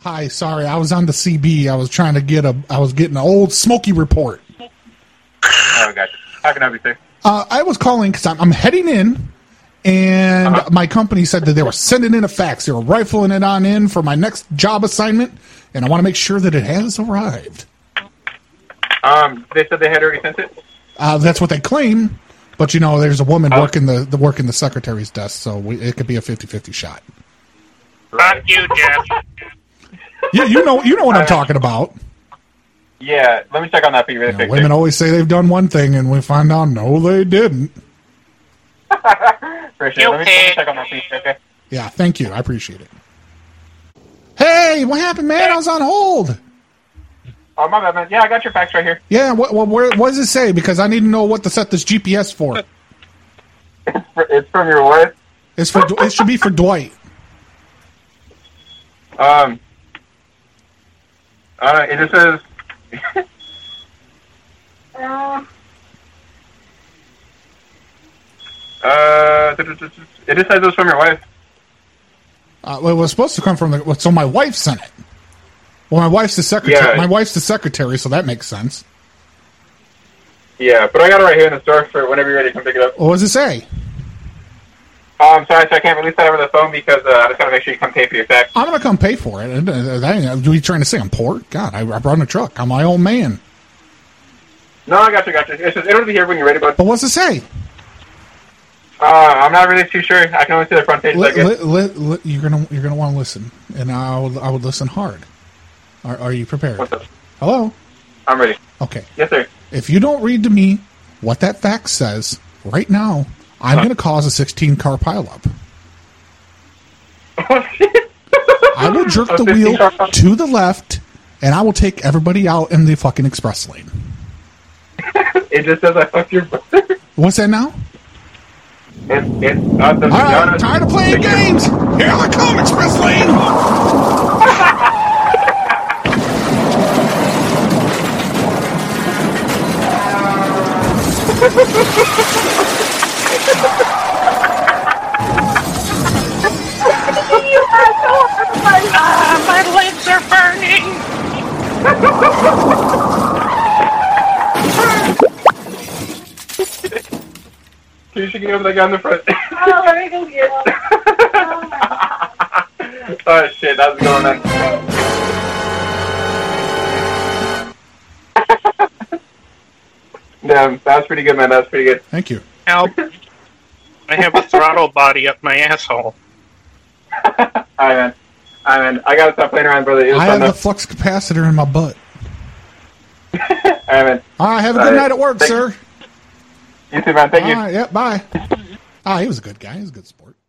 Hi, sorry, I was on the CB. I was trying to get a, I was getting an old Smoky report. Oh, gotcha. How can I help you, sir? Uh, I was calling because I'm, I'm heading in, and my company said that they were sending in a fax. They were rifling it on in for my next job assignment, and I want to make sure that it has arrived. Um, they said they had already sent it. Uh, that's what they claim, but you know, there's a woman working the, the working the secretary's desk, so we, it could be a 50-50 shot. Fuck you, Jeff. Yeah, you know, you know what I'm talking about. Yeah, let me check on that for you really quick. Women always say they've done one thing, and we find out no, they didn't. Appreciate it. Let me, let me check on that for you, okay? Yeah, thank you. I appreciate it. Hey, what happened, man? I was on hold. Oh, my bad, man. Yeah, I got your fax right here. Yeah, what, what, where, what does it say? Because I need to know what to set this GPS for. It's from your wife. It's for. it should be for Dwight. Um, uh, it just says. uh, it just says it was from your wife. Uh, well, it was supposed to come from the. well, So my wife sent it. Well, my wife's the secretary. Yeah. My wife's the secretary, so that makes sense. Yeah, but I got it right here in the store for whenever you're ready to come pick it up. What does it say? Um, sorry, so I can't release that over the phone because uh, I just gotta make sure you come pay for your fax. I'm gonna come pay for it. Uh, That ain't, are you trying to say I'm poor? God, I, I brought a truck. I'm my own man. No, I got you, got you. It says it'll be here when you're ready, but But what's it say? uh, I'm not really too sure. I can only see the front page. so I Li- guess. li- li- li- you're gonna you're gonna want to listen, and I would I would listen hard. Are, are you prepared? What's up? Hello. I'm ready. Okay. Yes, sir. If you don't read to me what that fax says right now, I'm going to cause a 16 car pileup. I will jerk A the 15 wheel car pileup. to the left, and I will take everybody out in the fucking express lane. It just says I fucked your brother. What's that now? And, and, uh, the All right, I'm tired of playing games. Here I come, express lane. you asshole! Ah, my legs are burning! You should get over that guy in the front. Oh, let me go get him. oh shit, that's going on. Damn, that was pretty good, man. That was pretty good. Thank you. Help. I have a throttle body up my asshole. All right, man. All right, man. I gotta stop playing around, brother. It was I fun, have though. the flux capacitor in my butt. All right, man. All right, have a good All right. night at work, Thank sir. You too, man. Thank All you. right, yeah, bye. Ah, he was a good guy. He was a good sport.